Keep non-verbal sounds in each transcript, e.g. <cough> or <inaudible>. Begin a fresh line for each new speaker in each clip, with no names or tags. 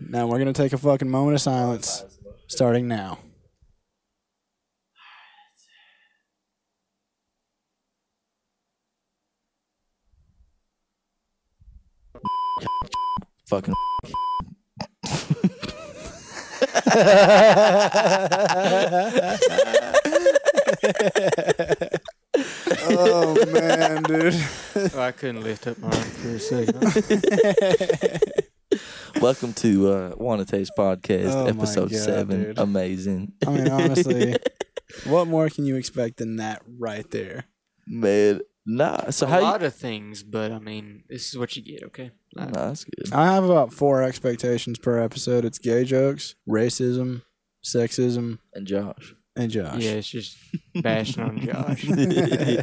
Now we're gonna take a fucking moment of silence, starting now.
Fucking. <laughs>
Oh man, dude.
Oh, I couldn't lift up my arm for a second.
Welcome to uh, Wanna Taste Podcast,
Oh my
episode
God,
seven.
dude.
Amazing,
<laughs> I mean, honestly, what more can you expect than that right there?
man. Nah, so
a
how?
lot of things, but I mean, this is what you get. Okay.
you,
Like,
<laughs> nah, that's good.
I have about four expectations per episode. It's gay jokes, racism, sexism,
And Josh.
and Josh.
Yeah, it's just bashing on
<laughs>
Josh.
yeah,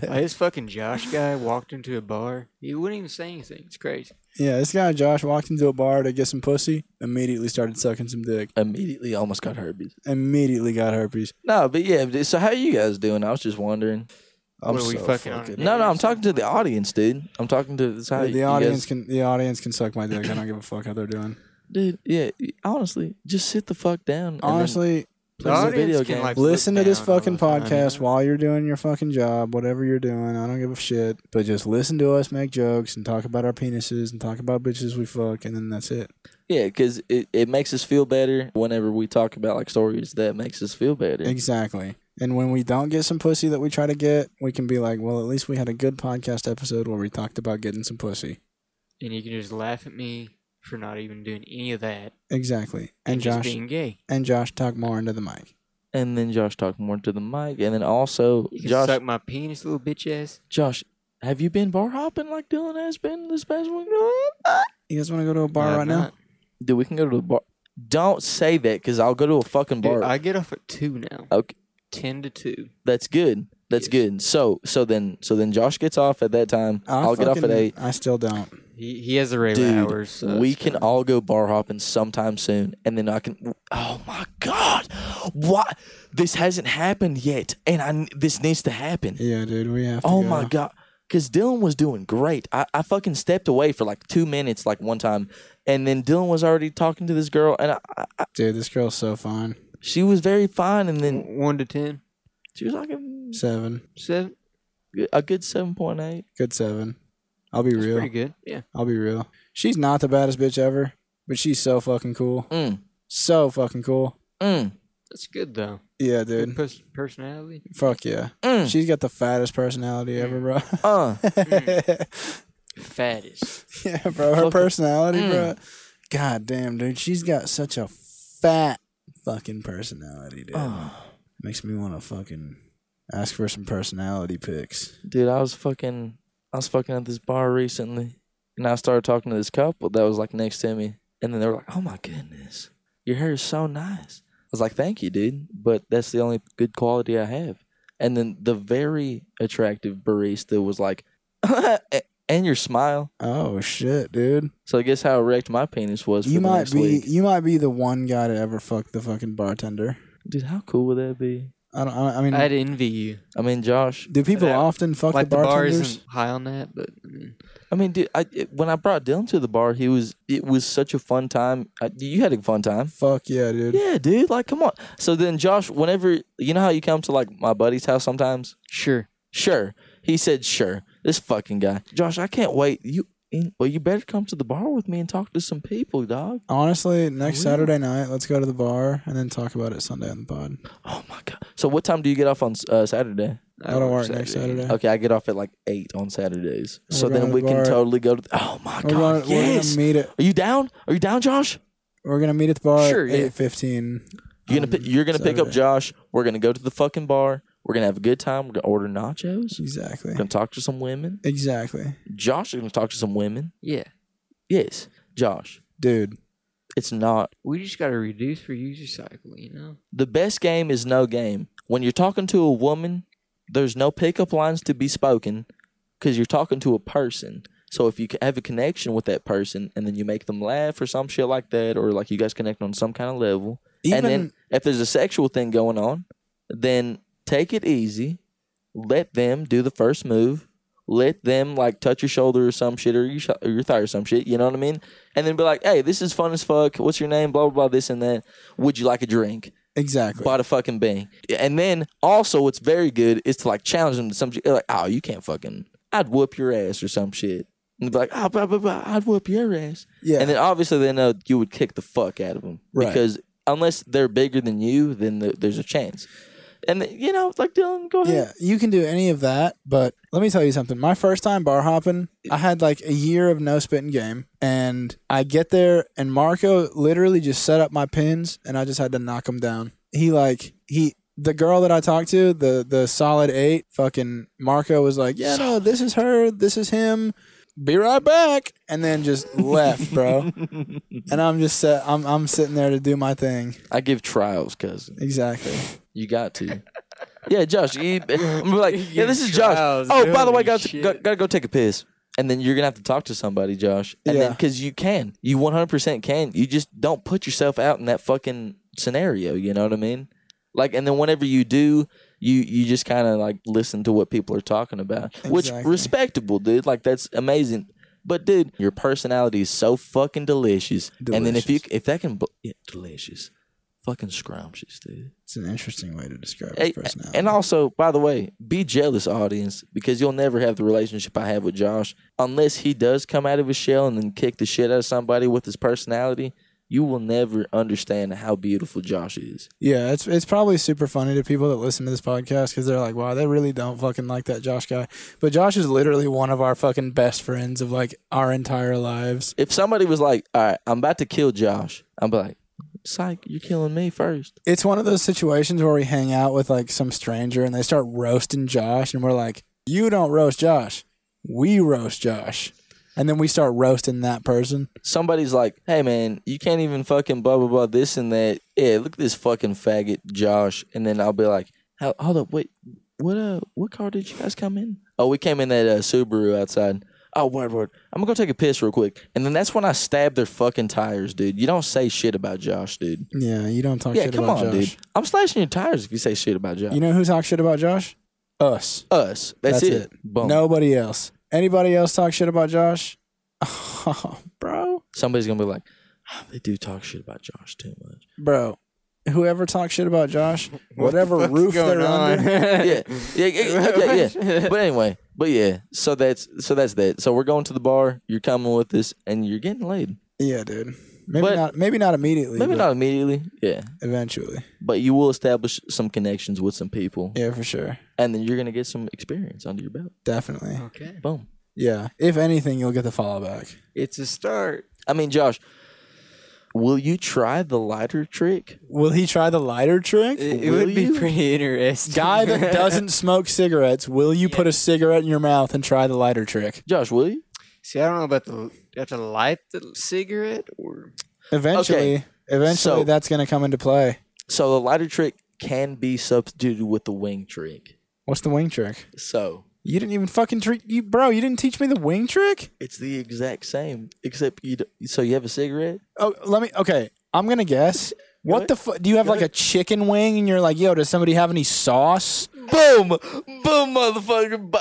Like, this fucking Josh guy walked into a bar. He wouldn't even say anything. It's crazy.
Yeah, this guy Josh walked into a bar to get some pussy, immediately started sucking some dick,
Immediately, almost got herpes.
immediately got herpes.
No, but yeah. dude, So how you guys doing? I was just wondering.
I'm
What are we
so
fucking on?
No, no, I'm talking to the audience, dude. I'm talking to this. How
The,
you-
the
you
audience
guys-
can the audience can suck my dick. I don't give a fuck how they're doing.
dude. Yeah, honestly, just sit the fuck down. and then
Honestly,
play
The
some
audience
video
can,
games.
like-
listen to this
down all
fucking
the time, you
podcast
know?
while you're doing your fucking job, whatever you're doing. I don't give a shit. But just listen to us make jokes and talk about our penises and talk about bitches we fuck, and then that's it.
Yeah, because it, it makes us feel better whenever we talk about like stories that makes us feel better.
Exactly. And when we don't get some pussy that we try to get, we can be like, well, at least we had a good podcast episode where we talked about getting some pussy.
And you can just laugh at me for not even doing any of that
Exactly.
and,
And
just
Josh
being gay.
and Josh talk more into the mic.
And then Josh talked more to the mic, and then also
You can
Josh.
suck my penis, little bitch ass.
Josh, have you been bar hopping like Dylan has been this past week?
You guys want to go to a bar
No,
right
I'm
now?
not.
Dude, we can go to the bar. Don't say that because I'll go to a fucking bar.
Dude, I get off at two now.
okay,
Ten to two.
that's good. That's
Yes.
good. So so then so then Josh gets off at that time.
I
I'll get off at
fucking-
eight.
I still don't.
He he has the regular
Dude,
hours. so
we
it's
can
fine.
all go bar hopping sometime soon, and then I can. Oh my god, what? This hasn't happened yet, and I this needs to happen.
Yeah, dude, we have to.
Oh
go.
my god, because Dylan was doing great. I, I fucking stepped away for like two minutes, like one time, and then Dylan was already talking to this girl, and I, I, I-
Dude, this girl's so fine.
she was very fine, and then
one to ten,
she was like a,
Seven.
seven.
a good seven point eight.
Good seven. I'll be
That's
real.
pretty good. Yeah.
I'll be real. She's not the baddest bitch ever, but she's so fucking cool.
Mm,
So fucking cool.
mm,
That's good though.
Yeah,
Good
dude.
pers- personality.
Fuck yeah.
mm.
She's got the fattest personality ever, bro. <laughs>
Uh,
Fattest.
yeah, bro. Her
Fucking-
personality,
Mm.
bro. God damn, dude. She's got such a fat fucking personality, dude.
<sighs> oh.
Makes me want to fucking ask for some personality pics.
dude, I was fucking, I was fucking at this bar recently, and I started talking to this couple that was like next to me, and then they were like, "Oh my goodness, your hair is so nice." I was like, "Thank you, dude," but that's the only good quality I have. And then the very attractive barista was like, <laughs> "And your smile."
Oh shit, dude.
So I guess how erect my penis was. For
You
the
might
next
be
week.
you might be the one guy to ever fuck the fucking bartender.
dude. How cool would that be?
I don't I, I mean
I'd envy you.
I mean, Josh.
do people
that-
often fuck
like
the
the, bar
bartenders?
isn't high on that, but I mean,
I mean, dude. I, it- when I brought Dylan to the bar, he was. It was such a fun time. I, you had a fun time.
Fuck yeah, dude.
Yeah, dude. Like, come on. So then, Josh, whenever you know how you come to like my buddy's house sometimes,
sure.
sure. He said, sure. This fucking guy, Josh. I can't wait. You, well, you better come to the bar with me and talk to some people, dog.
Honestly, next
Really?
Saturday night, let's go to the bar and then talk about it Sunday on the pod.
Oh my god. So what time do you get off on uh, Saturday?
I
That'll
work
work next Saturday.
Okay, I get off at like eight on Saturdays.
We're
so
going
then
to
we
the
can
bar.
totally go to. The, oh my
we're,
god.
gonna,
yes.
we're gonna meet at
Are you down? Are you down, Josh?
we're gonna meet at the bar
Sure,
at
yeah.
eight fifteen.
You're gonna pick, you're gonna pick up
Um, Saturday.
Josh. We're gonna go to the fucking bar. We're gonna have a good time. We're gonna order nachos.
Exactly.
We're gonna talk to some women.
Exactly.
Josh is going to talk to some women.
Yeah.
Yes, Josh.
Dude.
It's not
We just got to reduce, reuse, recycle. You know.
the best game is no game. When you're talking to a woman, there's no pickup lines to be spoken because you're talking to a person. So if you c- have a connection with that person and then you make them laugh or some shit like that, or like you guys connect on some kind of level,
Even
and then if there's a sexual thing going on, then take it easy, let them do the first move, Let them like touch your shoulder or some shit or your, sh- or your thigh or some shit. You know what I mean? And then be like, hey, this is fun as fuck. What's your name? Blah, blah, blah, this and that. Would you like a drink?
Exactly.
Bought a fucking bang. And then also, what's very good is to like challenge them to some shit. Like, oh, you can't fucking, I'd whoop your ass or some shit. And be like, oh, blah, blah, blah, I'd whoop your ass.
yeah.
And then obviously they know you would kick the fuck out of them
Right.
because unless they're bigger than you, then th there's a chance. And you know, like Dylan, go ahead.
yeah, you can do any of that, but let me tell you something. My first time bar hopping, I had like a year of no spitting game, and I get there, and Marco literally just set up my pins, and I just had to knock them down. He like he the girl that I talked to, the the solid eight, fucking Marco was like, yeah, no, this is her, this is him. Be right back, and then just left, bro. and I'm just set. I'm I'm sitting there to do my thing.
I give trials, cousin.
Exactly.
You got to. yeah, Josh. You, I'm
<laughs>
like,
You
yeah, this is
give
Josh.
trials,
Oh, by the way,
holy
got to,
shit.
got, gotta go take a piss. And then you're gonna have to talk to somebody, Josh. And
Yeah.
then because you can, you 100% can. You just don't put yourself out in that fucking scenario. You know what I mean? Like, and then whenever you do, you you just kind of like listen to what people are talking about, which
Exactly.
respectable, dude. Like that's amazing. But dude, your personality is so fucking delicious. And then if you if that can bl- yeah, delicious, fucking scrumptious, dude.
It's an interesting way to describe
Hey,
his personality.
And also, by the way, be jealous, audience, because you'll never have the relationship I have with Josh unless he does come out of his shell and then kick the shit out of somebody with his personality. You will never understand how beautiful Josh is.
Yeah, it's it's probably super funny to people that listen to this podcast because they're like, wow, they really don't fucking like that Josh guy. But Josh is literally one of our fucking best friends of like our entire lives.
If somebody was like, "All right, I'm about to kill Josh," I'm like, "Psych, you're killing me first.
It's one of those situations where we hang out with like some stranger and they start roasting Josh, and we're like, you don't roast Josh, we roast Josh, and then we start roasting that person.
somebody's like, "Hey man, you can't even fucking blah blah blah this and that." Yeah, look at this fucking faggot, Josh. And then I'll be like, "How- "Hold up, wait, what uh, what car did you guys come in?" Oh, we came in that uh, Subaru outside. Oh, word word. I'm gonna go take a piss real quick, and then that's when I stab their fucking tires, dude. You don't say shit about Josh, dude.
Yeah, you don't talk
yeah,
shit
come
about
on,
Josh.
dude. I'm slashing your tires if you say shit about Josh.
You know who talks shit about Josh? Us.
Us. That's,
That's
it. Boom.
Nobody else. Anybody else talk shit about Josh? <laughs> Oh, bro.
Somebody's gonna be like, "Ah, "They do talk shit about Josh too much."
bro. Whoever talks shit about Josh, whatever
What the fuck's
roof
going
they're
on?
under,
<laughs>
yeah, yeah, yeah, okay, yeah. But anyway, but yeah. So that's so that's that. So we're going to the bar. You're coming with us, and you're getting laid.
<laughs> yeah, dude. Maybe
But-
not. Maybe not immediately.
Maybe
but
not immediately. Yeah,
Eventually,
but you will establish some connections with some people,
yeah, for sure,
and then you're gonna get some experience under your belt.
definitely.
Okay.
Boom.
Yeah. If anything, you'll get the follow back.
It's a start.
I mean, Josh, will you try the lighter trick?
Will he try the lighter trick?
It, it
Will
would be
you?
pretty interesting.
Guy that doesn't smoke cigarettes, will you put a cigarette in your mouth and try the lighter trick?
Josh, will you?
<laughs> See, I don't know about the. Have to light the cigarette or
Eventually, eventually,
So-
that's gonna come into play.
So the lighter trick can be substituted with the wing trick.
What's the wing trick?
So
You didn't even fucking treat you, bro. You didn't teach me the wing trick.
it's the exact same, except you. d- So you have a cigarette.
Oh, let me. Okay, I'm gonna guess. What
ahead.
the fuck? Do you have like a chicken wing, and you're like, yo, does somebody have any sauce?
Boom, boom, motherfucker. Bu-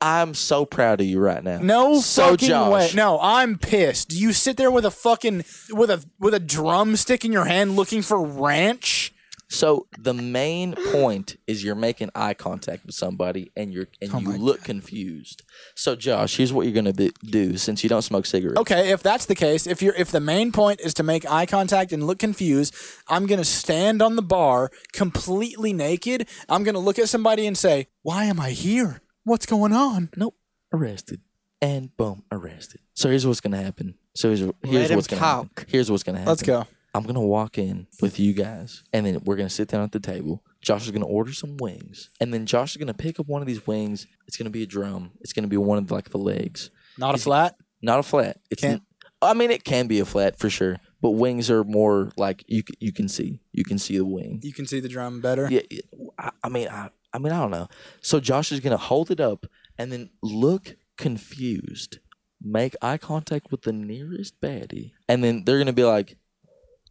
I'm so proud of you right now.
No
so
fucking
Josh,
way. No, I'm pissed. Do you sit there with a fucking with a with a drumstick in your hand looking for ranch?
So the main point is you're making eye contact with somebody, and you're and you look confused. So Josh, here's what you're gonna do, do since you don't smoke cigarettes.
Okay, if that's the case, if you're if the main point is to make eye contact and look confused, I'm gonna stand on the bar completely naked. I'm gonna look at somebody and say, "Why am I here? What's going on?"
Nope. Arrested. And boom, arrested. So here's what's gonna happen. So here's, here's
him
what's gonna happen.
talk.
Here's what's gonna happen.
Let's go.
I'm gonna walk in with you guys, and then we're gonna sit down at the table. Josh is gonna order some wings, and then Josh is gonna pick up one of these wings. It's gonna be a drum. It's gonna be one of like the legs,
Not a flat.
not a flat. It's
Can't-
I mean, it can be a flat for sure, but wings are more like you c- you can see you can see the wing.
You can see the drum better.
Yeah, it- I, I mean, I, I mean, I don't know. So Josh is gonna hold it up and then look confused, make eye contact with the nearest baddie, and then they're gonna be like,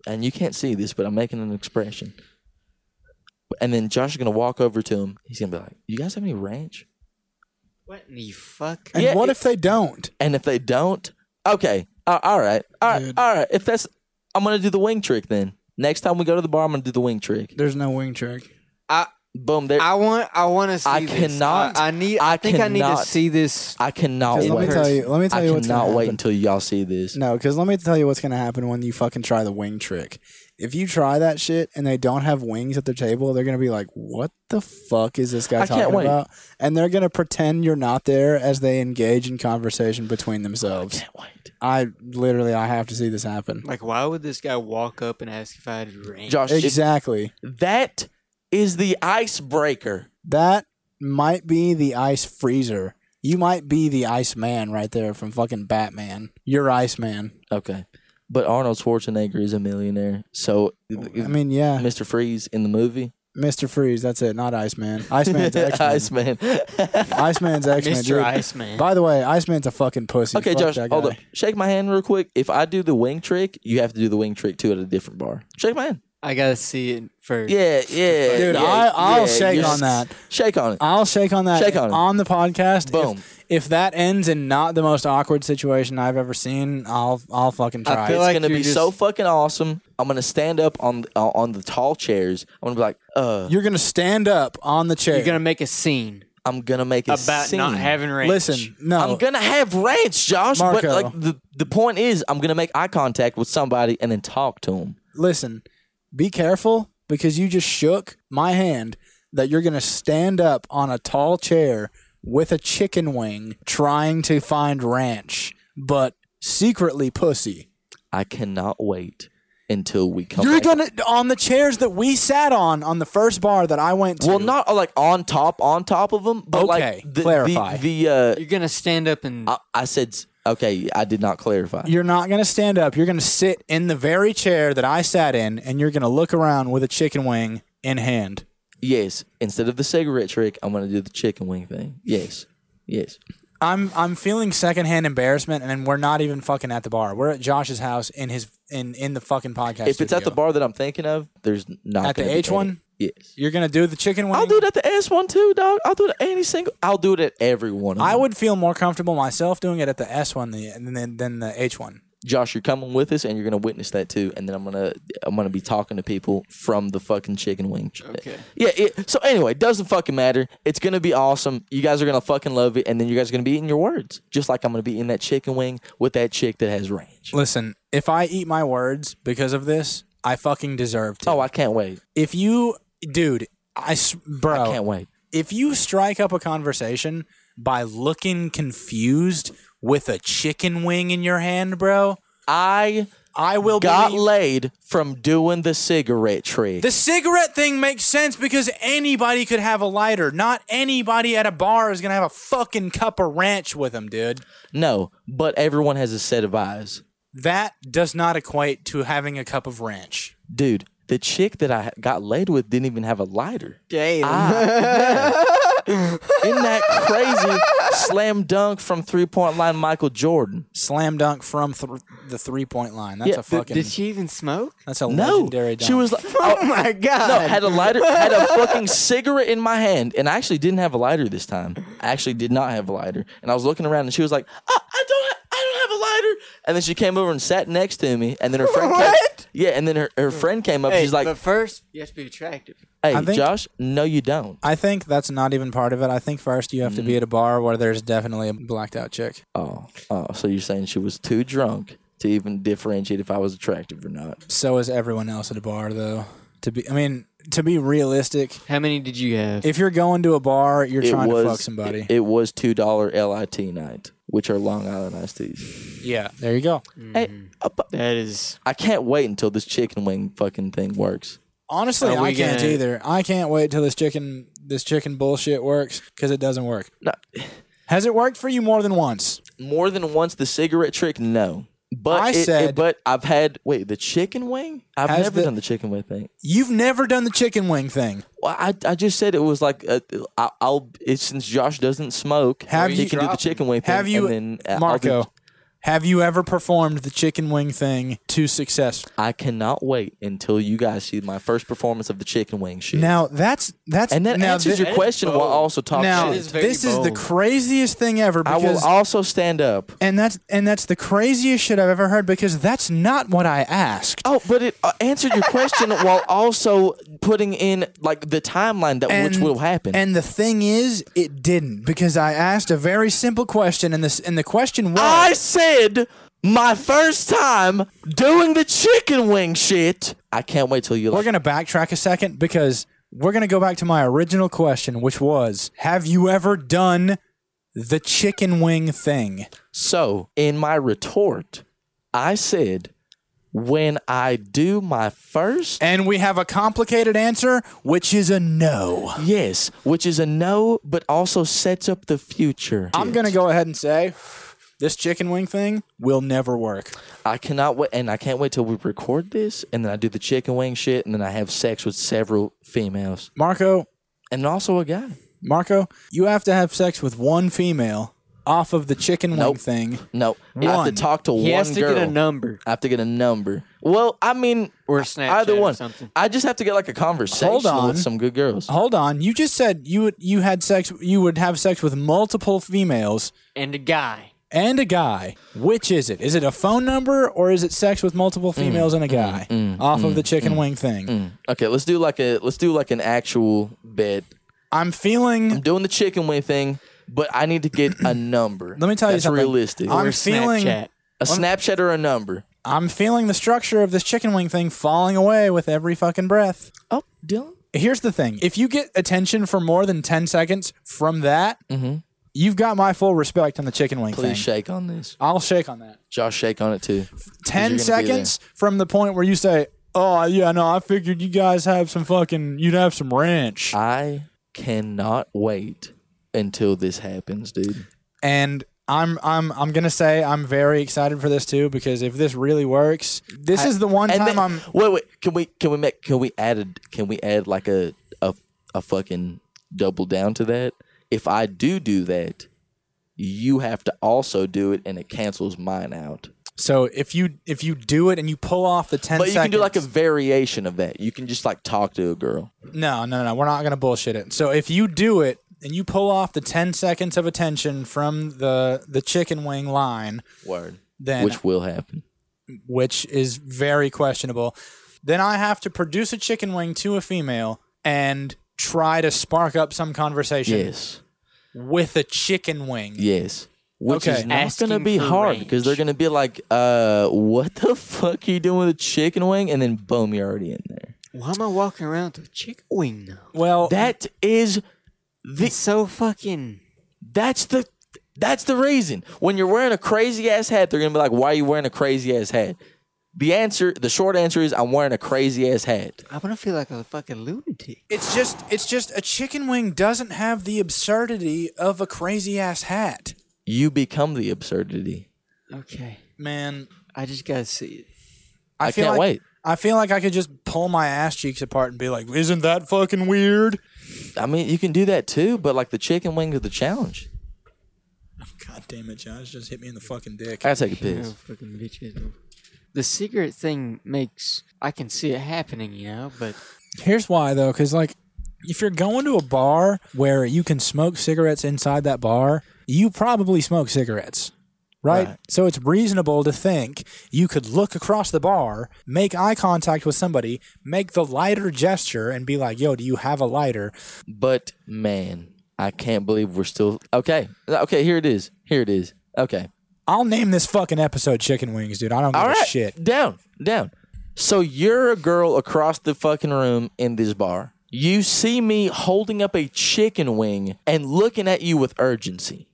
and you can't see this, but I'm making an expression. And then Josh is gonna walk over to him. He's gonna be like, "You guys have any ranch?"
What in the fuck?
And
Yeah,
what
it-
if they don't?
And if they don't, okay, uh, all right, all right,
Dude.
all right. If that's, I'm gonna do the wing trick then. Next time we go to the bar, I'm gonna do the wing trick.
There's no wing trick.
Boom! There, I,
I want. I want to see.
I
this.
cannot-
I, I need.
I
I, think I need to
cannot.
see this.
cannot
'Cause
wait.
let me tell you. Let me tell
I
you what's
cannot
gonna
wait
happen.
until y'all see this.
No, because let me tell you what's gonna happen when you fucking try the wing trick. If you try that shit and they don't have wings at their table, they're gonna be like, "What the fuck is this guy
I can't
talking
wait.
about?" And they're gonna pretend you're not there as they engage in conversation between themselves.
Can't wait.
I literally, I have to see this happen.
Like, why would this guy walk up and ask if I had a ring?
Josh, if-
Exactly.
that is the icebreaker.
That might be the ice freezer. You might be the ice man right there from fucking Batman. You're Iceman.
Okay, but Arnold Schwarzenegger is a millionaire, so
I mean, Oh, yeah.
Mr. Freeze in the movie,
Mr. Freeze, that's it, not Iceman.
<laughs>
Iceman's X-Men. <laughs>
Iceman.
Iceman's X-Men,
Mr.
dude.
Iceman.
By the way, Iceman's a fucking pussy.
Okay,
Fuck
Josh,
that
hold
guy.
up. Shake my hand real quick. If I do the wing trick, you have to do the wing trick too at a different bar. Shake my hand.
I gotta see it first.
Yeah, yeah.
Dude,
yeah,
I, I'll
yeah,
shake
yes.
on that.
Shake on it.
I'll shake on that
Shake on it.
the podcast. If-
Boom.
If, that ends in not the most awkward situation I've ever seen, I'll I'll fucking
I
try. it.
feel
it's
like
gonna
you're
be so
just-
fucking awesome. I'm gonna stand up on uh, on the tall chairs. I'm gonna be like, uh,
You're gonna stand up on the chair.
You're gonna make a scene
I'm gonna make a
about
scene.
not having ranch.
listen. No,
I'm gonna have ranch, Josh. But
Marco.
like the the point is, I'm gonna make eye contact with somebody and then talk to him.
listen, be careful because you just shook my hand that you're going to stand up on a tall chair with a chicken wing trying to find ranch, but secretly pussy.
I cannot wait until we come.
You're
back.
going to, on the chairs that we sat on, on the first bar that I went to.
Well, not uh, like on top, on top of them, but
Okay,
like the,
clarify.
the, the uh,
You're gonna stand up and
I, I said s- okay. I did not clarify.
You're not going to stand up. You're going to sit in the very chair that I sat in, and you're going to look around with a chicken wing in hand.
Yes, instead of the cigarette trick, I'm gonna do the chicken wing thing. Yes, yes.
I'm I'm feeling secondhand embarrassment, and we're not even fucking at the bar. We're at Josh's house in his in in the fucking podcast.
if it's at the
studio.
bar that I'm thinking of, there's not
At the
gonna be
H one?
any- Yes,
you're gonna do the chicken wing.
I'll do it at the S one too, dog. I'll do it at any single. I'll do it at every one. Of
I
them.
would feel more comfortable myself doing it at the S one than than, than the H one.
Josh, you're coming with us, and you're gonna witness that too. And then I'm gonna I'm gonna be talking to people from the fucking chicken wing. tr-
Okay.
Yeah. It, so anyway, doesn't fucking matter. It's gonna be awesome. You guys are gonna fucking love it, and then you guys are gonna be eating your words, just like I'm gonna be in that chicken wing with that chick that has ranch.
Listen, if I eat my words because of this, I fucking deserve to.
Oh, I can't wait.
if you, dude, I s- bro,
I can't wait.
if you strike up a conversation by looking confused with a chicken wing in your hand, bro,
I
I will
got
believe-
laid from doing the cigarette trick.
The cigarette thing makes sense because anybody could have a lighter. Not anybody at a bar is gonna have a fucking cup of ranch with them, dude.
no, but everyone has a set of eyes.
That does not equate to having a cup of ranch.
Dude, the chick that I got laid with didn't even have a lighter.
damn.
In that crazy slam dunk from three point line, Michael Jordan.
Slam dunk from th- the three point line. That's
Yeah,
a
th-
fucking.
Did she even smoke?
that's a
No,
legendary dunk.
she was like, oh,
Oh <laughs> my god.
no, had a lighter, had a fucking cigarette in my hand, and I actually didn't have a lighter this time. I actually did not have a lighter, and I was looking around, and she was like, "I, I don't, ha- I don't have a lighter." And then she came over and sat next to me, and then her friend, Came,
What?
yeah, and then her, her friend came up.
Hey,
she's like,
but first you have to be attractive.
"Hey,
think-
Josh, no, you don't."
I think that's not even part of it. I think first you have
Mm-hmm.
to be at a bar where there's definitely a blacked out chick.
Oh, oh, so you're saying she was too drunk to even differentiate if I was attractive or not?
So is everyone else at a bar though. To be, I mean, to be realistic,
How many did you have?
if you're going to a bar, you're trying
was
to fuck somebody.
It, it was two dollar lit night, which are Long Island iced teas.
yeah, there you go.
Hey,
Mm-hmm.
uh, but
that is
I can't wait until this chicken wing fucking thing works.
Honestly,
Are we
I can't
gonna-
either. I can't wait till this chicken this chicken bullshit works because it doesn't work.
No,
Has it worked for you more than once?
more than once the cigarette trick, no. But
I
it- it-
said-
but I've had wait the chicken wing. I've
Has
never
the-
done the chicken wing thing.
You've never done the chicken wing thing.
Well, I I just said it was like uh, I, I'll it's since Josh doesn't smoke.
Have
he
you-
can do the chicken wing thing.
have you-
and then, uh, I'll do-
Marco, Have you ever performed the chicken wing thing to success?
I cannot wait until you guys see my first performance of the chicken wing shit.
Now that's that's
and that
now
answers
thi-
your question while also talking
Now
That is
shit.
very
this is the
bold.
craziest thing ever
I
because
will also stand up.
and that's and that's the craziest shit I've ever heard because that's not what I asked.
Oh, but it uh, answered
<laughs>
your question while also putting in like the timeline that which
And-
will happen.
And the thing is, it didn't because I asked a very simple question, and this and the question was
I said my first time doing the chicken wing shit. I can't wait till you
We're
like.
going to backtrack a second because we're going to go back to my original question, which was Have you ever done the chicken wing thing?
So in my retort, I said when I do my first
And we have a complicated answer, which is a no.
Yes, which is a no, but also sets up the future.
I'm going to go ahead and say this chicken wing thing will never work.
I cannot wait, and I can't wait till we record this, and then I do the chicken wing shit, and then I have sex with several females,
Marco,
and also a guy.
Marco, you have to have sex with one female off of the chicken wing
Nope.
thing.
No, I have to
One.
talk to
He
one
has to
girl.
get a number
I
Uh,
have to get a number. Well, I mean,
or Snapchat
either
or
one.
something.
I just have to get like a conversation
on.
with some good girls.
Hold on, you just said you would you had sex you would have sex with multiple females
And a guy.
and a guy. Which is it? Is it a phone number or is it sex with multiple females and a guy off of the chicken wing thing?
Okay, let's do like a let's do like an actual bet.
I'm feeling.
I'm doing the chicken wing thing, but I need to get a number.
Let me tell you
That's
something.
realistic.
I'm
or
feeling-
Snapchat.
a Snapchat or a number.
I'm feeling the structure of this chicken wing thing falling away with every fucking breath.
Oh, Dylan.
Here's the thing: if you get attention for more than ten seconds from that, you've got my full respect on the chicken wing
Please
thing.
shake on this.
I'll shake on that.
Josh, shake on it too.
Ten
you're gonna be
seconds from the point where you say, "Oh yeah, no, I figured you guys have some fucking, you'd have some ranch,"
I cannot wait until this happens, dude.
and I'm I'm I'm gonna say I'm very excited for this too because if this really works, this is the one time
then-
I'm.
wait, wait. Can we can we make can we add a, can we add like a, a a fucking double down to that? If I do do that, you have to also do it, and it cancels mine out.
So if you if you do it and you pull off the ten
But you
seconds,
can do like a variation of that. You can just like talk to a girl.
no no no, we're not gonna bullshit it. So if you do it and you pull off the ten seconds of attention from the the chicken wing line,
Word.
then
Which will happen.
which is very questionable. Then I have to produce a chicken wing to a female and try to spark up some conversation
Yes.
with a chicken wing.
Yes. Which
Okay.
is not going to
Asking
be
for
hard because they're
range.
going to be like, uh, what the fuck are you doing with a chicken wing? And then boom, you're already in there.
Why am I walking around with a chicken wing now?
Well,
That is,
It's so fucking.
that's the, that's the reason. When you're wearing a crazy ass hat, they're going to be like, why are you wearing a crazy ass hat? The answer, the short answer is I'm wearing a crazy ass hat.
I'm gonna feel like a fucking lunatic.
it's just it's just a chicken wing doesn't have the absurdity of a crazy ass hat.
You become the absurdity.
Okay,
Man,
I just gotta see it.
I,
I
feel
can't
like,
wait.
I feel like I could just pull my ass cheeks apart and be like, "Isn't that fucking weird?" <laughs>
I mean, you can do that too, but like the chicken wing is the challenge.
God damn it, Josh! Just hit me in the fucking dick.
I gotta take a
Oh,
piss.
fucking bitches. though. The cigarette thing makes I can see it happening, you know. But
Here's why though, because like if you're going to a bar where you can smoke cigarettes inside that bar, you probably smoke cigarettes. Right?
Right.
So it's reasonable to think you could look across the bar, make eye contact with somebody, make the lighter gesture, and be like, yo, do you have a lighter?
But man, I can't believe we're still okay. Okay, here it is. Here it is. Okay.
I'll name this fucking episode Chicken Wings, dude. I don't give
All
a
right.
shit.
Down, down. So you're a girl across the fucking room in this bar. You see me holding up a chicken wing and looking at you with urgency.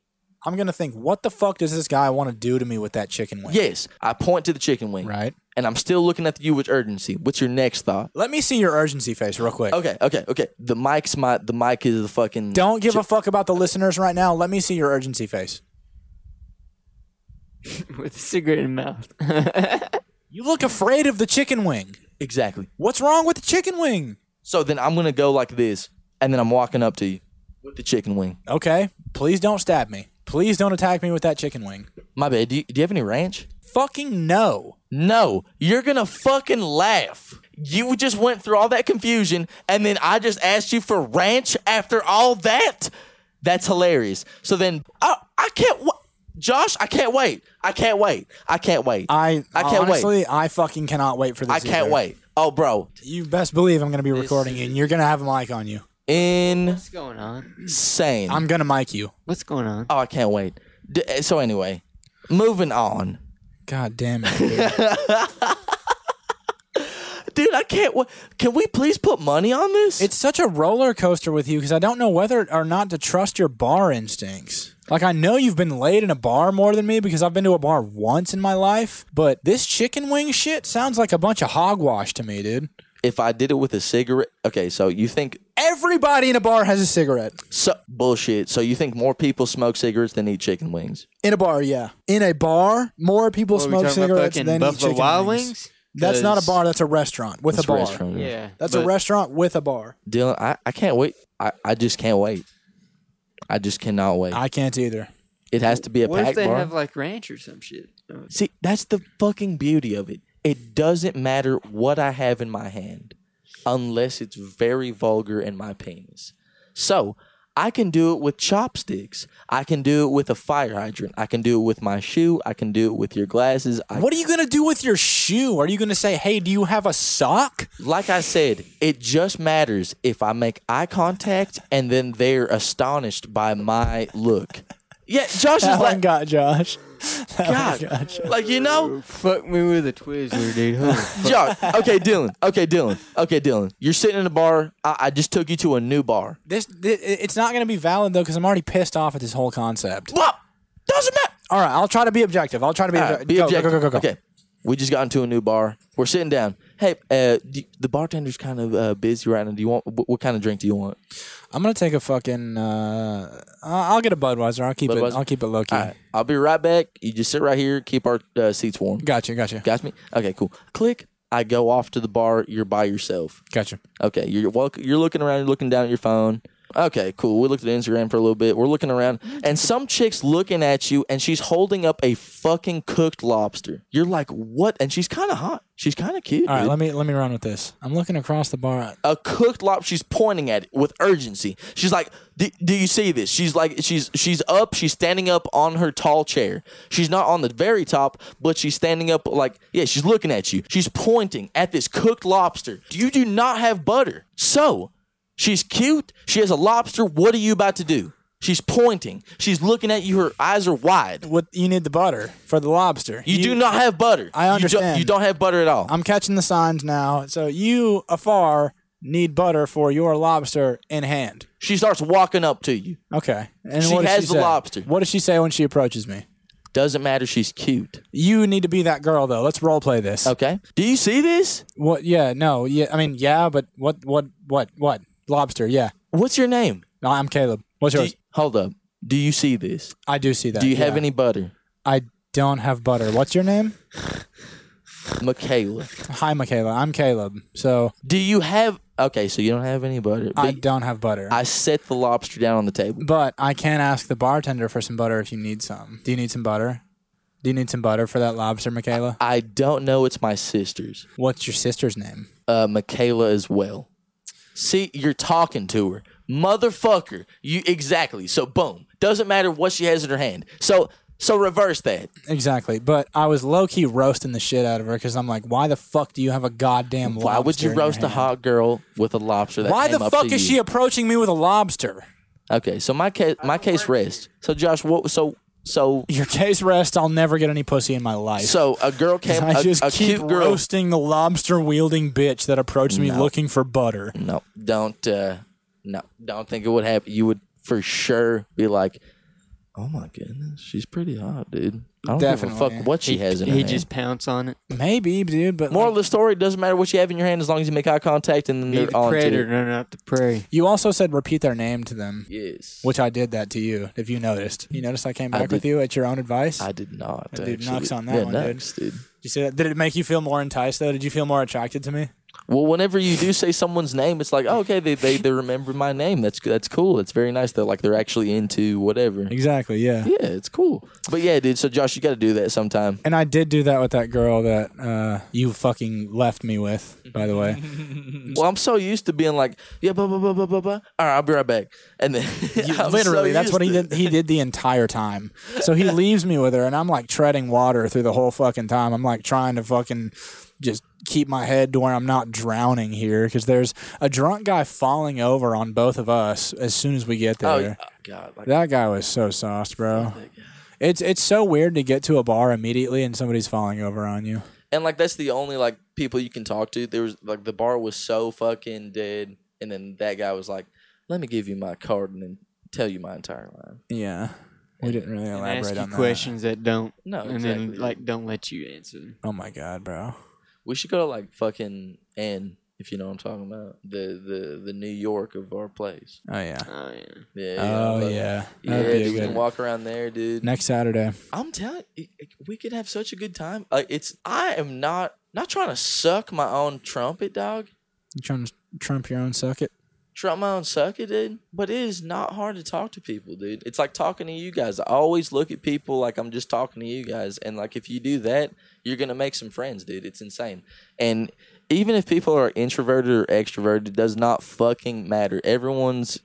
I'm going to think, what the fuck does this guy want to do to me with that chicken wing?
Yes, I point to the chicken wing.
Right.
And I'm still looking at you with urgency. What's your next thought?
Let me see your urgency face real quick.
Okay, okay, okay. The mic's my the mic is the fucking
Don't give a fuck about the listeners right now. Let me see your urgency face.
<laughs> with a cigarette in mouth, <laughs>
You look afraid of the chicken wing.
Exactly.
What's wrong with the chicken wing?
So then I'm gonna go like this and then I'm walking up to you with the chicken wing.
Okay, please don't stab me. Please don't attack me with that chicken wing.
My bad. Do you, do you have any ranch?
Fucking no.
No, you're gonna fucking laugh. You just went through all that confusion, and then I just asked you for ranch after all that. That's hilarious. So then, I I can't. Wa- Josh, I can't wait. I can't wait. I can't wait.
I
I can't wait.
honestly, I fucking cannot wait for this.
I can't
either.
wait. Oh, bro,
You best believe I'm gonna be recording you, and you're gonna have a mic on you.
insane.
What's going on?
I'm gonna mic you.
What's going on?
oh, I can't wait. D- eh, so anyway, moving on,
God damn it. dude.
dude. I can't. Wa- Can we please put money on this?
it's such a roller coaster with you because I don't know whether or not to trust your bar instincts. Like I know you've been laid in a bar more than me because I've been to a bar once in my life, but this chicken wing shit sounds like a bunch of hogwash to me, dude.
if I did it with a cigarette. Okay, so you think
Everybody in a bar has a cigarette.
So bullshit. So you think more people smoke cigarettes than eat chicken wings?
In a bar, yeah. In a bar, more people
What are we
smoke
talking about,
cigarettes
fucking
than eat
Buffalo
chicken
Wild
wings.
Wings?
That's not a
'Cause-
bar. That's a restaurant with a
That's
bar.
restaurant.
Yeah.
That's
but
a restaurant with a bar.
Dylan, I, I can't wait. I, I just can't wait. I just cannot wait.
I can't either.
it has to be a
What if
packed
they
bar.
have like ranch or some shit? Oh,
See, that's the fucking beauty of it. It doesn't matter what I have in my hand, unless it's very vulgar in my penis. So I can do it with chopsticks. I can do it with a fire hydrant. I can do it with my shoe. I can do it with your glasses. I
What are you gonna do with your shoe? Are you gonna say, "Hey, do you have a sock"?
like I said, it just matters if I make eye contact and then they're astonished by my look. Yeah, Josh is
That one
like,
got Oh Josh. <laughs> Oh
God, like you know,
Fuck me with a Twizzler, dude. Huh?
Josh. Okay, Dylan. Okay, Dylan. Okay, Dylan. You're sitting in a bar. I, I just took you to a new bar.
This, thi- it's not gonna be valid though because I'm already pissed off at this whole concept.
What? Doesn't matter.
All right, I'll try to be objective. I'll try to be,
All
objective.
right, be
go,
objective.
Go, go, go, go.
Okay, we just got into a new bar. We're sitting down. Hey, uh, do, the bartender's kind of uh, busy right now. Do you want what, what kind of drink do you want?
I'm gonna take a fucking. Uh, I- I'll get a Budweiser. I'll keep it.
Budweiser?
I'll keep it low key.
All right, I'll be right back. You just sit right here. Keep our uh, seats warm.
Gotcha, gotcha,
Got me? Okay, cool. Click. I go off to the bar. You're by yourself.
gotcha.
Okay, you're walk, you're looking around. You're looking down at your phone. Okay, cool. We looked at Instagram for a little bit. We're looking around, and some chick's looking at you, and she's holding up a fucking cooked lobster. You're like, what? And she's kind of hot. She's kind of cute.
All right,
dude.
let me let me run with this. I'm looking across the bar.
a cooked lobster. She's pointing at it with urgency. She's like, D- "Do you see this?" She's like, she's she's up. She's standing up on her tall chair. She's not on the very top, but she's standing up. Like, yeah, she's looking at you. She's pointing at this cooked lobster. You do not have butter, so she's cute. She has a lobster. What are you about to do? She's pointing. She's looking at you. Her eyes are wide.
What you need the butter for the lobster?
You, do not have butter.
I
You don't- You,
understand.
don't have butter at all.
I'm catching the signs now. So you afar need butter for your lobster in hand.
she starts walking up to you.
Okay. And
She
what does
has
she
the
say?
lobster.
What does she say when she approaches me?
Doesn't matter. She's cute.
You need to be that girl though. Let's role play this.
Okay. Do you see this?
What? Yeah. No. Yeah. I mean, yeah. But what? What? What? What? Lobster. Yeah.
What's your name?
No, I'm Caleb. What's
Do
yours?
you- hold up. Do you see this?
I do see that.
Do you
Uh, yeah.
have any butter?
I don't have butter. What's your name?
Michaela.
Hi, Michaela. I'm Caleb. So
Do you have okay, so you don't have any butter.
I
But
don't have butter.
I set the lobster down on the table.
but I can ask the bartender for some butter if you need some. Do you need some butter? Do you need some butter for that lobster, Michaela?
I don't know it's my sister's.
What's your sister's name?
Uh Michaela as well. See, you're talking to her. Motherfucker. You exactly. So boom. Doesn't matter what she has in her hand. So so reverse that.
Exactly. But I was low key roasting the shit out of her because I'm like, why the fuck do you have a goddamn lobster?
Why would you
in your
roast a
hand?
hot girl with a lobster that
Why
came
the
up to
fuck is
you?
she approaching me with a lobster?
Okay, so my case, my case rests. So Josh, what? So so
Your case rests. I'll never get any pussy in my life.
so a girl
<laughs>
came.
I
A,
just
a
keep
cute girl.
roasting the lobster wielding bitch that approached me looking for butter.
No, don't. Uh, no, don't think it would happen. You would for sure be like, "Oh my goodness, she's pretty hot, dude." I don't
Definitely.
give a fuck what <laughs> she has in her
He
hand.
just pounce on it.
Maybe, dude, but
Moral
like,
of the story: it doesn't matter what you have in your hand as long as you make eye contact and then
Be
they're
the
on
predator,
to it.
no, not the prey.
you also said repeat their name to them,
Yes,
which I did that to you. If you noticed, you noticed I came back with you at your own advice.
I did not.
Dude,
actually.
knocks on that
Yeah,
one, dude.
knocks, dude.
Did you see that? Did it make you feel more enticed though? Did you feel more attracted to me?
Well, whenever you do say someone's name, it's like, oh, okay, they, they they remember my name. That's that's cool. That's very nice. They're like they're actually into whatever.
Exactly. Yeah.
Yeah, it's cool. But yeah, dude. So Josh, you got to do that sometime.
And I did do that with that girl that uh, you fucking left me with, by the
<laughs>
way.
Well, I'm so used to being like, yeah, blah blah blah blah blah blah. All right, I'll be right back. And then <laughs> I'm so
Literally, that's what he
used to-
did. He did the entire time. So
<laughs>
he leaves me with her, and I'm like treading water through the whole fucking time. I'm like trying to fucking just keep my head to where I'm not drowning here because there's a drunk guy falling over on both of us as soon as we get
Oh,
there.
yeah. Oh, God, like,
That guy was so sauced, bro. It's it's so weird to get to a bar immediately and somebody's falling over on you.
and like that's the only like people you can talk to. There was like the bar was so fucking dead, and then that guy was like, "Let me give you my card and then tell you my entire line."
Yeah, we didn't really
And
elaborate
ask you
on that.
questions that don't,
No,
and
exactly.
then like don't let you answer. them.
Oh my god, bro.
we should go to like fucking and if you know what I'm talking about the the the New York of our place.
Oh yeah.
Oh yeah.
Yeah.
oh
but-
yeah.
Yeah,
That'd be a
you can
good.
walk around there, dude.
Next Saturday.
I'm telling we could have such a good time. Like it's I am not not trying to suck my own trumpet, dog.
You trying to trump your own socket?
Trump my own sucker, dude. But it is not hard to talk to people, dude. It's like talking to you guys. I always look at people like I'm just talking to you guys, and like if you do that, you're gonna make some friends, dude. It's insane. And even if people are introverted or extroverted, it does not fucking matter. Everyone's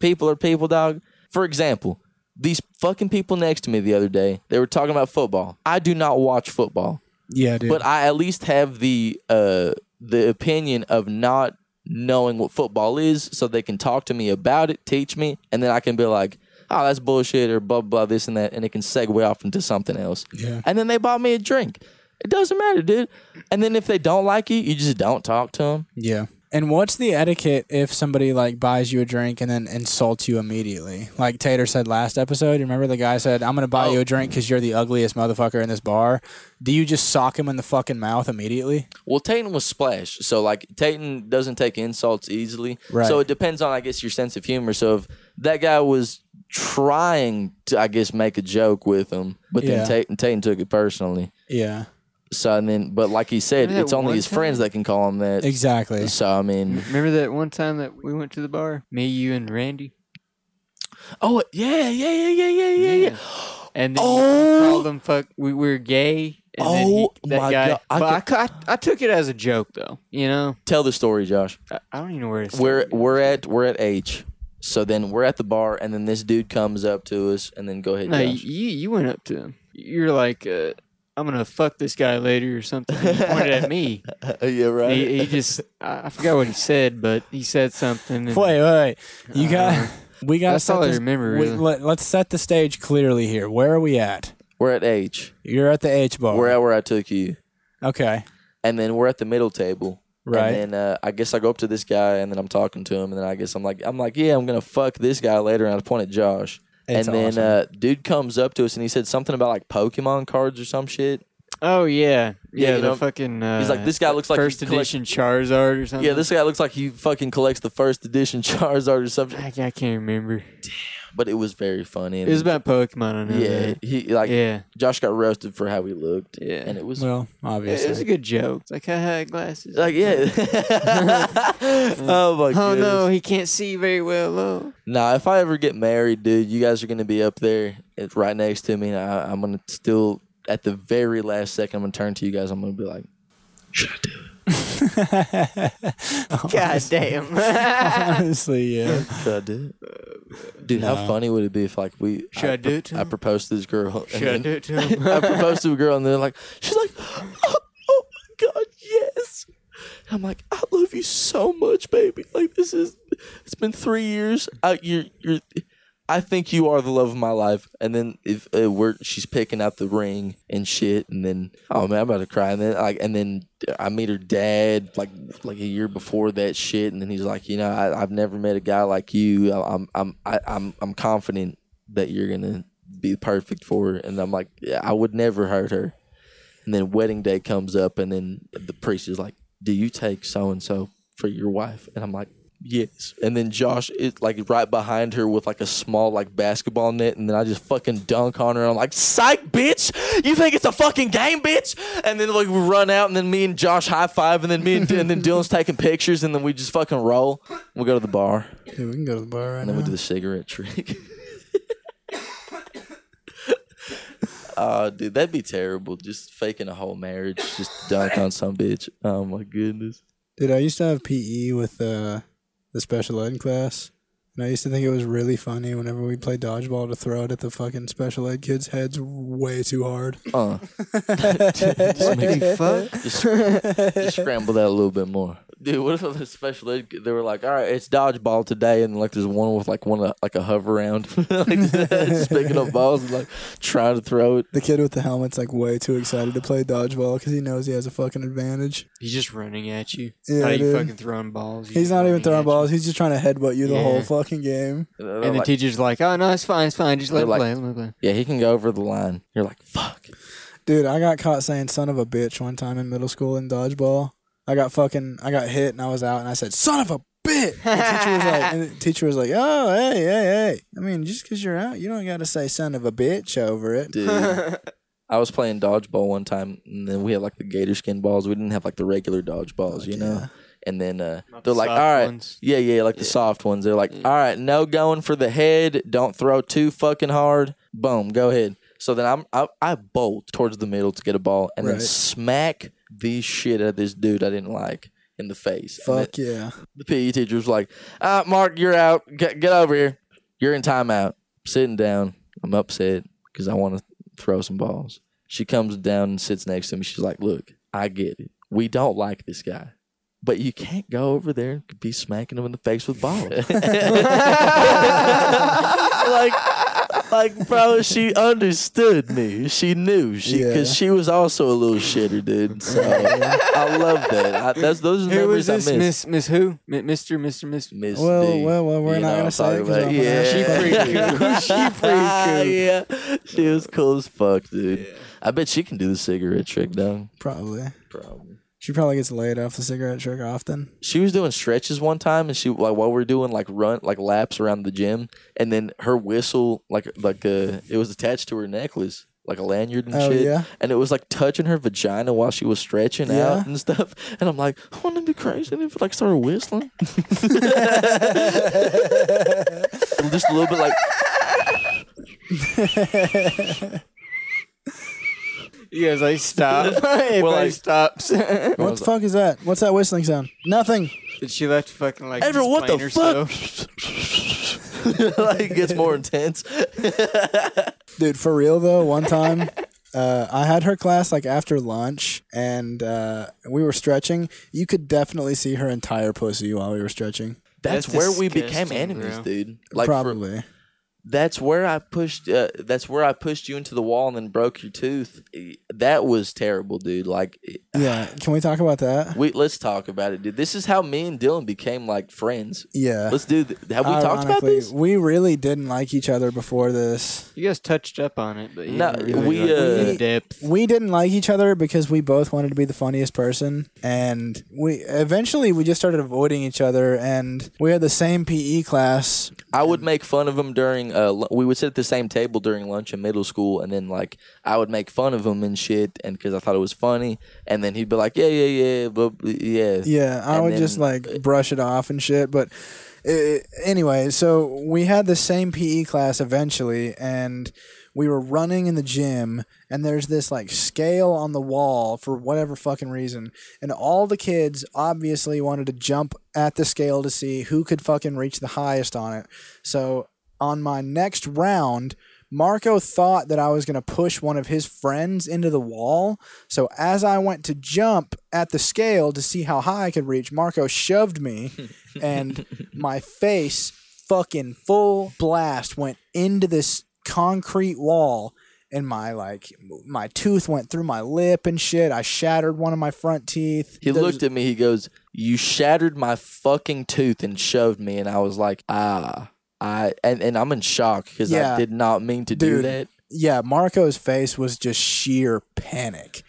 people are people, dog. For example, these fucking people next to me the other day, they were talking about football. I do not watch football
Yeah, dude.
but I at least have the uh the opinion of not knowing what football is, so they can talk to me about it, teach me, and then I can be like, "Oh, that's bullshit," or blah blah this and that, and it can segue off into something else.
Yeah.
And then they bought me a drink. It doesn't matter, dude. And then if they don't like you, you just don't talk to them.
yeah. And what's the etiquette if somebody like buys you a drink and then insults you immediately? Like Tater said last episode, you remember the guy said, "I'm gonna buy you a drink because you're the ugliest motherfucker in this bar." Do you just sock him in the fucking mouth immediately?
Well, Tatum was splashed, so like Tatum doesn't take insults easily.
Right.
So it depends on, I guess, your sense of humor. So if that guy was trying to, I guess, make a joke with him, but
Yeah.
then Tatum, Tatum took it personally.
Yeah,
So and then, but like he said,
Remember that
it's only
one
his friends
time?
that can call him that.
exactly.
So I mean,
Remember that one time that we went to the bar? Me, you, and Randy.
oh yeah, yeah, yeah, yeah, yeah, yeah, yeah.
And then
Oh.
you called him fuck. We were gay. And then he-
Oh,
that
my
guy,
God. I
But I, ca- I, I took it as a joke though. You know,
Tell the story, Josh.
I, I don't even know where to.
we're
start.
we're at we're at H. So then we're at the bar, and then this dude comes up to us, and then go ahead.
No,
Josh.
you you went up to him. You're like, uh, I'm gonna fuck this guy later or something. He pointed
<laughs>
at me.
yeah, right.
He, he just I, I forgot what he said, but he said something.
<laughs> Wait,
And
wait, wait. You got. We got.
Uh, That's all I remember,
We,
really.
let, let's set the stage clearly here. Where are we at?
we're at H.
You're at the H bar.
We're at where I took you.
okay.
and then we're at the middle table.
Right.
And then uh, I guess I go up to this guy, and then I'm talking to him, and then I guess I'm like, I'm like, yeah, I'm gonna fuck this guy later, and I point at Josh,
It's
and then
awesome.
uh, dude comes up to us, and he said something about like Pokemon cards or some shit.
Oh yeah,
Yeah,
yeah.
you
the
know,
fucking. Uh,
he's like, this guy looks like he
first
collect-
edition Charizard or something.
Yeah, this guy looks like he fucking collects the first edition <laughs> Charizard or something,
I, I can't remember.
but it was very funny.
It
And
was about Pokemon. I know.
yeah,
that.
he like
yeah,
Josh got roasted for how he looked,
yeah.
and it was
Well,
It was a <laughs>
obviously.
good joke. It's Like I had glasses.
like
<laughs>
yeah. <laughs> oh my god.
Oh no, he can't see very well. Oh.
Nah, if I ever get married, dude, you guys are gonna be up there, it's right next to me. And I, I'm gonna still, at the very last second, I'm gonna turn to you guys. I'm gonna be like,
God
<laughs>
damn.
Honestly, <laughs> yeah.
"Should I do it?"
<laughs>
Dude, how funny would it be if like we?
Should I do it to
I
him?
proposed to this girl. and
Should I
then-
do it to him?
<laughs>
<laughs> I proposed to a girl, and they're like, she's like, oh, oh my god, yes. And I'm like, I love you so much, baby. Like this is, it's been three years. I, you're, you're, I think you are the love of my life. And then if uh, we're, she's picking out the ring and shit, and then oh man, I'm about to cry. And then like, and then I meet her dad like like a year before that shit, and then he's like, you know, I, I've never met a guy like you. I, I'm, I'm, I, I'm, I'm confident that you're gonna be perfect for her. And I'm like, yeah, I would never hurt her. And then wedding day comes up, and then the priest is like, "Do you take so and so for your wife?" And I'm like, Yes. And then Josh is like right behind her with like a small like basketball net, and then I just fucking dunk on her. I'm like, "Psych, bitch! You think it's a fucking game, bitch?" And then like we run out, and then me and Josh high five, and then me and, and then Dylan's taking pictures, and then we just fucking roll. We go to the bar,
Dude, we can go to the bar right
and then
now.
we do the cigarette trick. <laughs> Oh, dude, that'd be terrible. Just faking a whole marriage, just to dunk on some bitch. Oh my goodness.
Dude, I used to have PE with uh, the special ed class. And I used to think it was really funny whenever we played dodgeball to throw it at the fucking special ed kids' heads way too hard.
Uh.
Holy fuck.
Just, just scramble that a little bit more. Dude, what if the special ed, they were like, all right, it's dodgeball today, and like there's one with like one uh, like a hover round, <laughs> like just picking up balls and like trying to throw it.
The kid with the helmet's like way too excited to play dodgeball because he knows he has a fucking advantage.
He's just running at you.
Yeah,
not even
dude.
fucking throwing balls.
He's
just
not even
running at
throwing
you.
balls. He's just trying to headbutt you the whole
Yeah.
fucking game.
And
And the
like,
teacher's like, "Oh no, it's fine, it's fine. Just let
They're
him
like-
play, let him play."
yeah, he can go over the line. You're like, fuck.
Dude, I got caught saying son of a bitch one time in middle school in dodgeball. I got fucking I got hit and I was out and I said, Son of a bitch The teacher was like and the teacher was like, Oh, hey, hey, hey. I mean, just cause you're out, you don't gotta say son of a bitch over it.
Dude.
<laughs>
I was playing dodgeball one time, and then we had like the gator skin balls. We didn't have like the regular dodgeballs, you know?
Yeah.
And then uh,
Not the
they're like, all
soft
right,
ones.
Yeah, yeah, like the soft ones. They're
Mm.
like, all right, no going for the head. Don't throw too fucking hard. Boom, go ahead. So then I'm I, I bolt towards the middle to get a ball and then
Right.
smack the shit out of this dude I didn't like in the face. And
Fuck yeah.
then the PE teacher was like, ah, Mark, you're out. Get, get over here. You're in timeout. sitting down. I'm upset because I want to throw some balls. She comes down and sits next to me. She's like, look, I get it. We don't like this guy but you can't go over there and be smacking them in the face with balls. <laughs> like, like, bro, she understood me. She knew she
Yeah.
because she was also a little shitter, dude. So I love that. I, that's those are the
Who was
memories I
this?
miss.
Miss Miss who? Mi- Mr. Mr. Mr.
Miss
Well,
D.
well, well, we're
You
not
know
gonna
what I'm
say it 'cause I'm
talking
gonna
about.
have to
yeah. <laughs>
fucking- <laughs> She pretty
yeah, she was cool as fuck, dude. I bet she can do the cigarette trick, though.
Probably.
Probably.
She probably gets laid off the cigarette trick often.
she was doing stretches one time and she like while we were doing like run like laps around the gym and then her whistle like like uh it was attached to her necklace like a lanyard and
Oh,
shit
yeah?
and it was like touching her vagina while she was stretching
Yeah?
out and stuff and i'm like wouldn't it be crazy if it like started
<laughs>
whistling <laughs> just a little bit like
You guys like stop. <laughs> Everybody
like-
stops. <laughs> and
What the fuck is that? What's that whistling sound? Nothing.
she left fucking like.
Everyone,
just
what the
playing
fuck? <laughs>
herself.
like it gets more intense
Dude, for real though, one time uh, I had her class like after lunch and uh, we were stretching. You could definitely see her entire pussy while we were stretching.
that's,
That's
where we became
disgusting,
enemies
bro.
dude like for-
Probably.
that's where I pushed. Uh, that's where I pushed you into the wall and then broke your tooth. E, That was terrible, dude. Like, e,
yeah. Can we talk about that?
we let's talk about it, dude. This is how me and Dylan became like friends.
Yeah.
Let's do. Th- have we talked about
Ironically,
this?
We really didn't like each other before this.
You guys touched up on it, but you
No,
didn't really,
we,
like, go
uh,
in depth.
We didn't like each other because we both wanted to be the funniest person, and we eventually we just started avoiding each other. And we had the same PE class.
I would make fun of him during. Uh, lu- we would sit at the same table during lunch in middle school, and then like I would make fun of him and shit, and because I thought it was funny, and then he'd be like, yeah, yeah, yeah, but yeah,
Yeah, I
And
would just
then-
like brush it off and shit. But uh, anyway, so we had the same PE class eventually, and we were running in the gym, and there's this like scale on the wall for whatever fucking reason. And all the kids obviously wanted to jump at the scale to see who could fucking reach the highest on it. So on my next round, Marco thought that I was going to push one of his friends into the wall. So as I went to jump at the scale to see how high I could reach, Marco shoved
<laughs>
me and my face fucking full blast went into this concrete wall and my like my tooth went through my lip and shit. I shattered one of my front teeth.
He
There's-
looked at me. He goes, "You shattered my fucking tooth and shoved me," and I was like, "Ah." I and, and I'm in shock because I
Yeah.
did not mean to do
Dude.
that.
yeah, Marco's face was just sheer panic.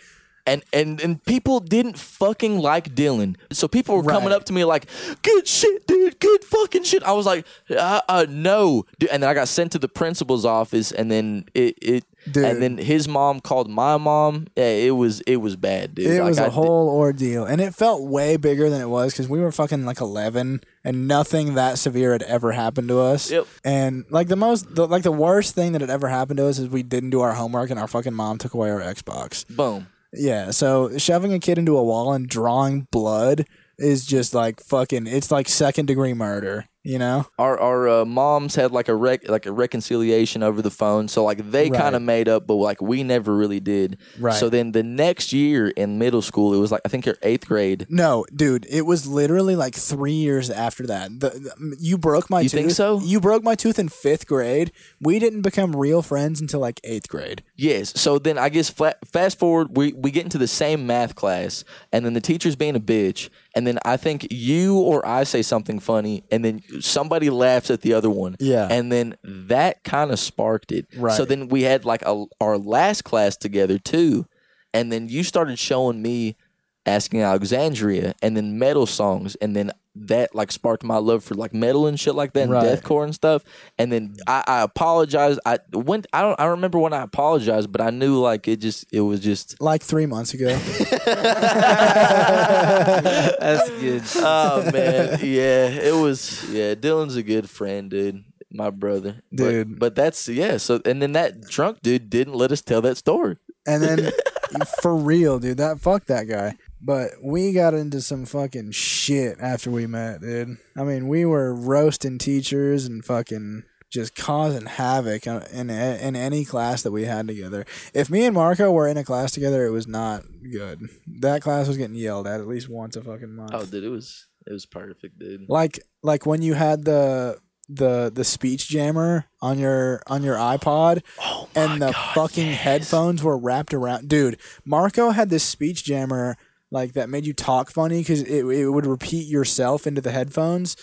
and and and people didn't fucking like Dylan. So people were coming
Right.
up to me like, "Good shit, dude. Good fucking shit." I was like, "Uh, uh no." Dude. And then I got sent to the principal's office, and then it it.
Dude.
And then his mom called my mom. Yeah, it was it was bad, dude.
It
Like,
was
I
a
did-
whole ordeal, and it felt way bigger than it was because we were fucking like eleven, and nothing that severe had ever happened to us.
Yep.
And like the most, the, like the worst thing that had ever happened to us is we didn't do our homework, and our fucking mom took away our Xbox.
boom.
Yeah. So shoving a kid into a wall and drawing blood is just like fucking. It's like second degree murder. You know.
our our uh, moms had like a rec- like a reconciliation over the phone, so like they
Right.
kind of made up, but like we never really did.
Right.
So then the next year in middle school, it was like I think your eighth grade.
No, dude, it was literally like three years after that. The, the- you broke my
You
tooth.
think so?
You broke my tooth in fifth grade. We didn't become real friends until like eighth grade.
Yes. So then I guess flat, fast forward, we we get into the same math class, and then the teacher's being a bitch, and then I think you or I say something funny, and then somebody laughs at the other one.
Yeah.
And then that kind of sparked it.
Right.
So then we had like a, our last class together too, and then you started showing me asking Alexandria, and then metal songs, and then that like sparked my love for like metal and shit like that, and
Right.
deathcore and stuff. And then I, I apologized. I went. I don't. I don't remember when I apologized, but I knew like it just. It was just.
Like three months ago. <laughs>
<laughs>
That's good.
Oh man, yeah. It was. Yeah, Dylan's a good friend, dude. My brother, But-
Dude.
But, that's yeah. So and then that drunk dude didn't let us tell that story.
and then for real, dude, that fuck that guy. But we got into some fucking shit after we met, dude. I mean, we were roasting teachers and fucking just causing havoc in in, in any class that we had together. If me and Marco were in a class together, it was not good. That class was getting yelled at at least once a fucking month.
Oh, dude, it was it was perfect, dude.
Like like when you had the the the speech jammer on your on your iPod
Oh
and the fucking headphones were wrapped around. Dude, Marco had this speech jammer like that made you talk funny because it, it would repeat yourself into the headphones.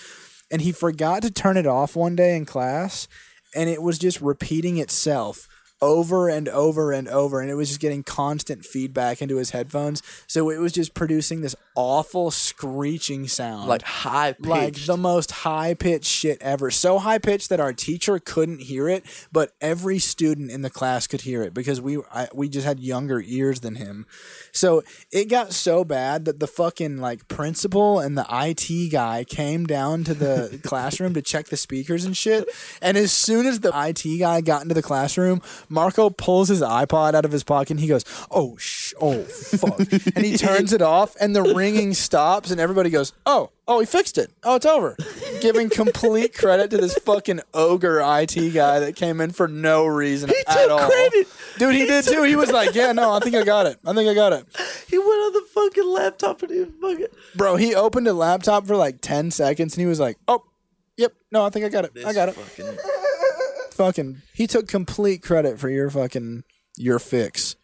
And he forgot to turn it off one day in class, and it was just repeating itself over and over and over and it was just getting constant feedback into his headphones so it was just producing this awful screeching sound
like high pitched.
like the most high pitched shit ever. So high pitched that our teacher couldn't hear it, but every student in the class could hear it because we I, we just had younger ears than him. So it got so bad that the fucking like principal and the IT guy came down to the classroom to check the speakers and shit. And as soon as the IT guy got into the classroom, Marco pulls his iPod out of his pocket and he goes, "Oh sh- oh
<laughs>
fuck." and he turns it off and the ringing stops and everybody goes, "Oh, oh, he fixed it. Oh, it's over." Giving complete credit to this fucking ogre IT guy that came in for no reason at
took
all.
credit.
Dude, he, did too. He was like, "Yeah, no, I think I got it. I think I got it."
He went on the fucking laptop and he fucking.
Bro, he opened a laptop for like 10 seconds and he was like, "Oh, yep. No, I think I got it. I got it."
Fucking,
Fucking he took complete credit for your fucking your fix.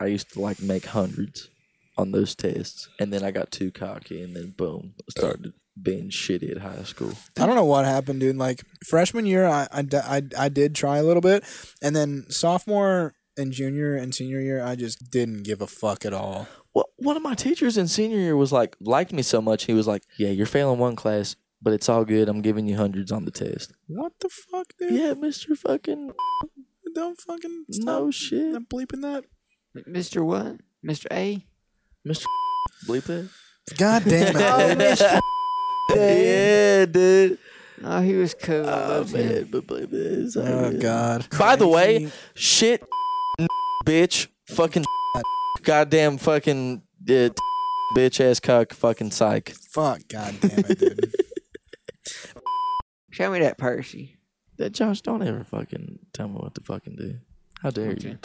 I used to like make hundreds on those tests, and then I got too cocky, and then boom, started being shitty at high school.
I don't know what happened, dude. Like freshman year, I, I, d- I, I did try a little bit, and then sophomore and junior and senior year, I just didn't give a fuck at all.
Well, one of my teachers in senior year was like liked me so much. He was like, "Yeah, you're failing one class, but it's all good. I'm giving you hundreds on the test."
What the fuck, dude?
Yeah, Mister fucking
Don't fucking stop.
no shit,
I'm bleeping that.
Mr. What? Mr. A?
Mister bleep that.
God damn <laughs> it! dude.
<laughs> Oh, yeah, dude.
Oh, he was cool. I
Oh
loved him.
man, but bleep that. It's all
oh
good.
God.
By the way,
Crazy.
shit, bitch, fucking, goddamn, fucking, uh, bitch ass cock, fucking psych.
fuck. God damn it,
<laughs>
dude.
Show me that Percy.
That Josh, don't ever fucking tell me what to fucking do. How dare
Okay.
you?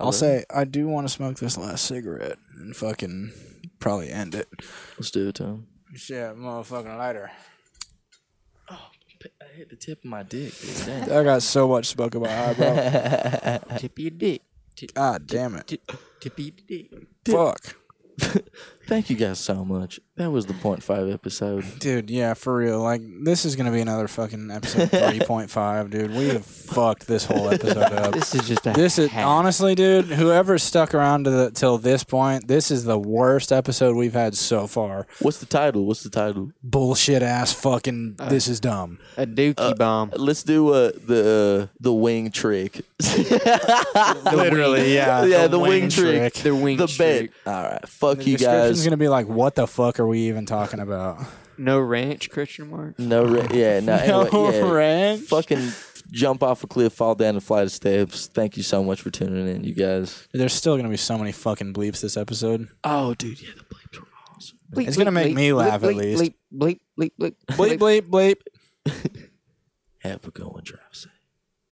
I'll say I do want to smoke this last cigarette and fucking probably end it.
Let's do it, Tom.
Shit, motherfucking lighter.
I hit the tip of my dick. dude. Damn.
I got so much smoke in my eye, bro.
<laughs>
Tip your dick. Tip,
God damn it.
tip, tip your dick.
Fuck.
Thank you guys so much. That was the point five episode.
Dude, yeah, for real. Like this is gonna be another fucking
<laughs>
episode three point five, dude. We have fucked this whole episode up.
This is just a
This is
hack.
honestly, dude. Whoever stuck around to the, till this point, this is the worst episode we've had so far.
What's the title? What's the title?
Bullshit ass fucking.
Uh,
this is dumb.
a dookie
Uh,
bomb.
Let's do uh, the uh, the wing trick. Literally, <laughs> yeah. Yeah, the the wing wing trick.
Their wing
the
streak.
bet. All right, fuck
The
you
description's
guys.
gonna be like, what the fuck are we even talking about?
No ranch, Christian Mark.
No, ra- yeah, <laughs> no, Uh,
<laughs>
anyway, yeah.
ranch.
Fucking jump off a cliff, fall down a flight of steps. Thank you so much for tuning in, you guys.
There's still gonna be so many fucking bleeps this episode.
Oh, dude, yeah, the bleeps were awesome.
It's gonna make me laugh at least.
Bleep, bleep, bleep, bleep.
Bleep bleep bleep.
Have a go and drive safe.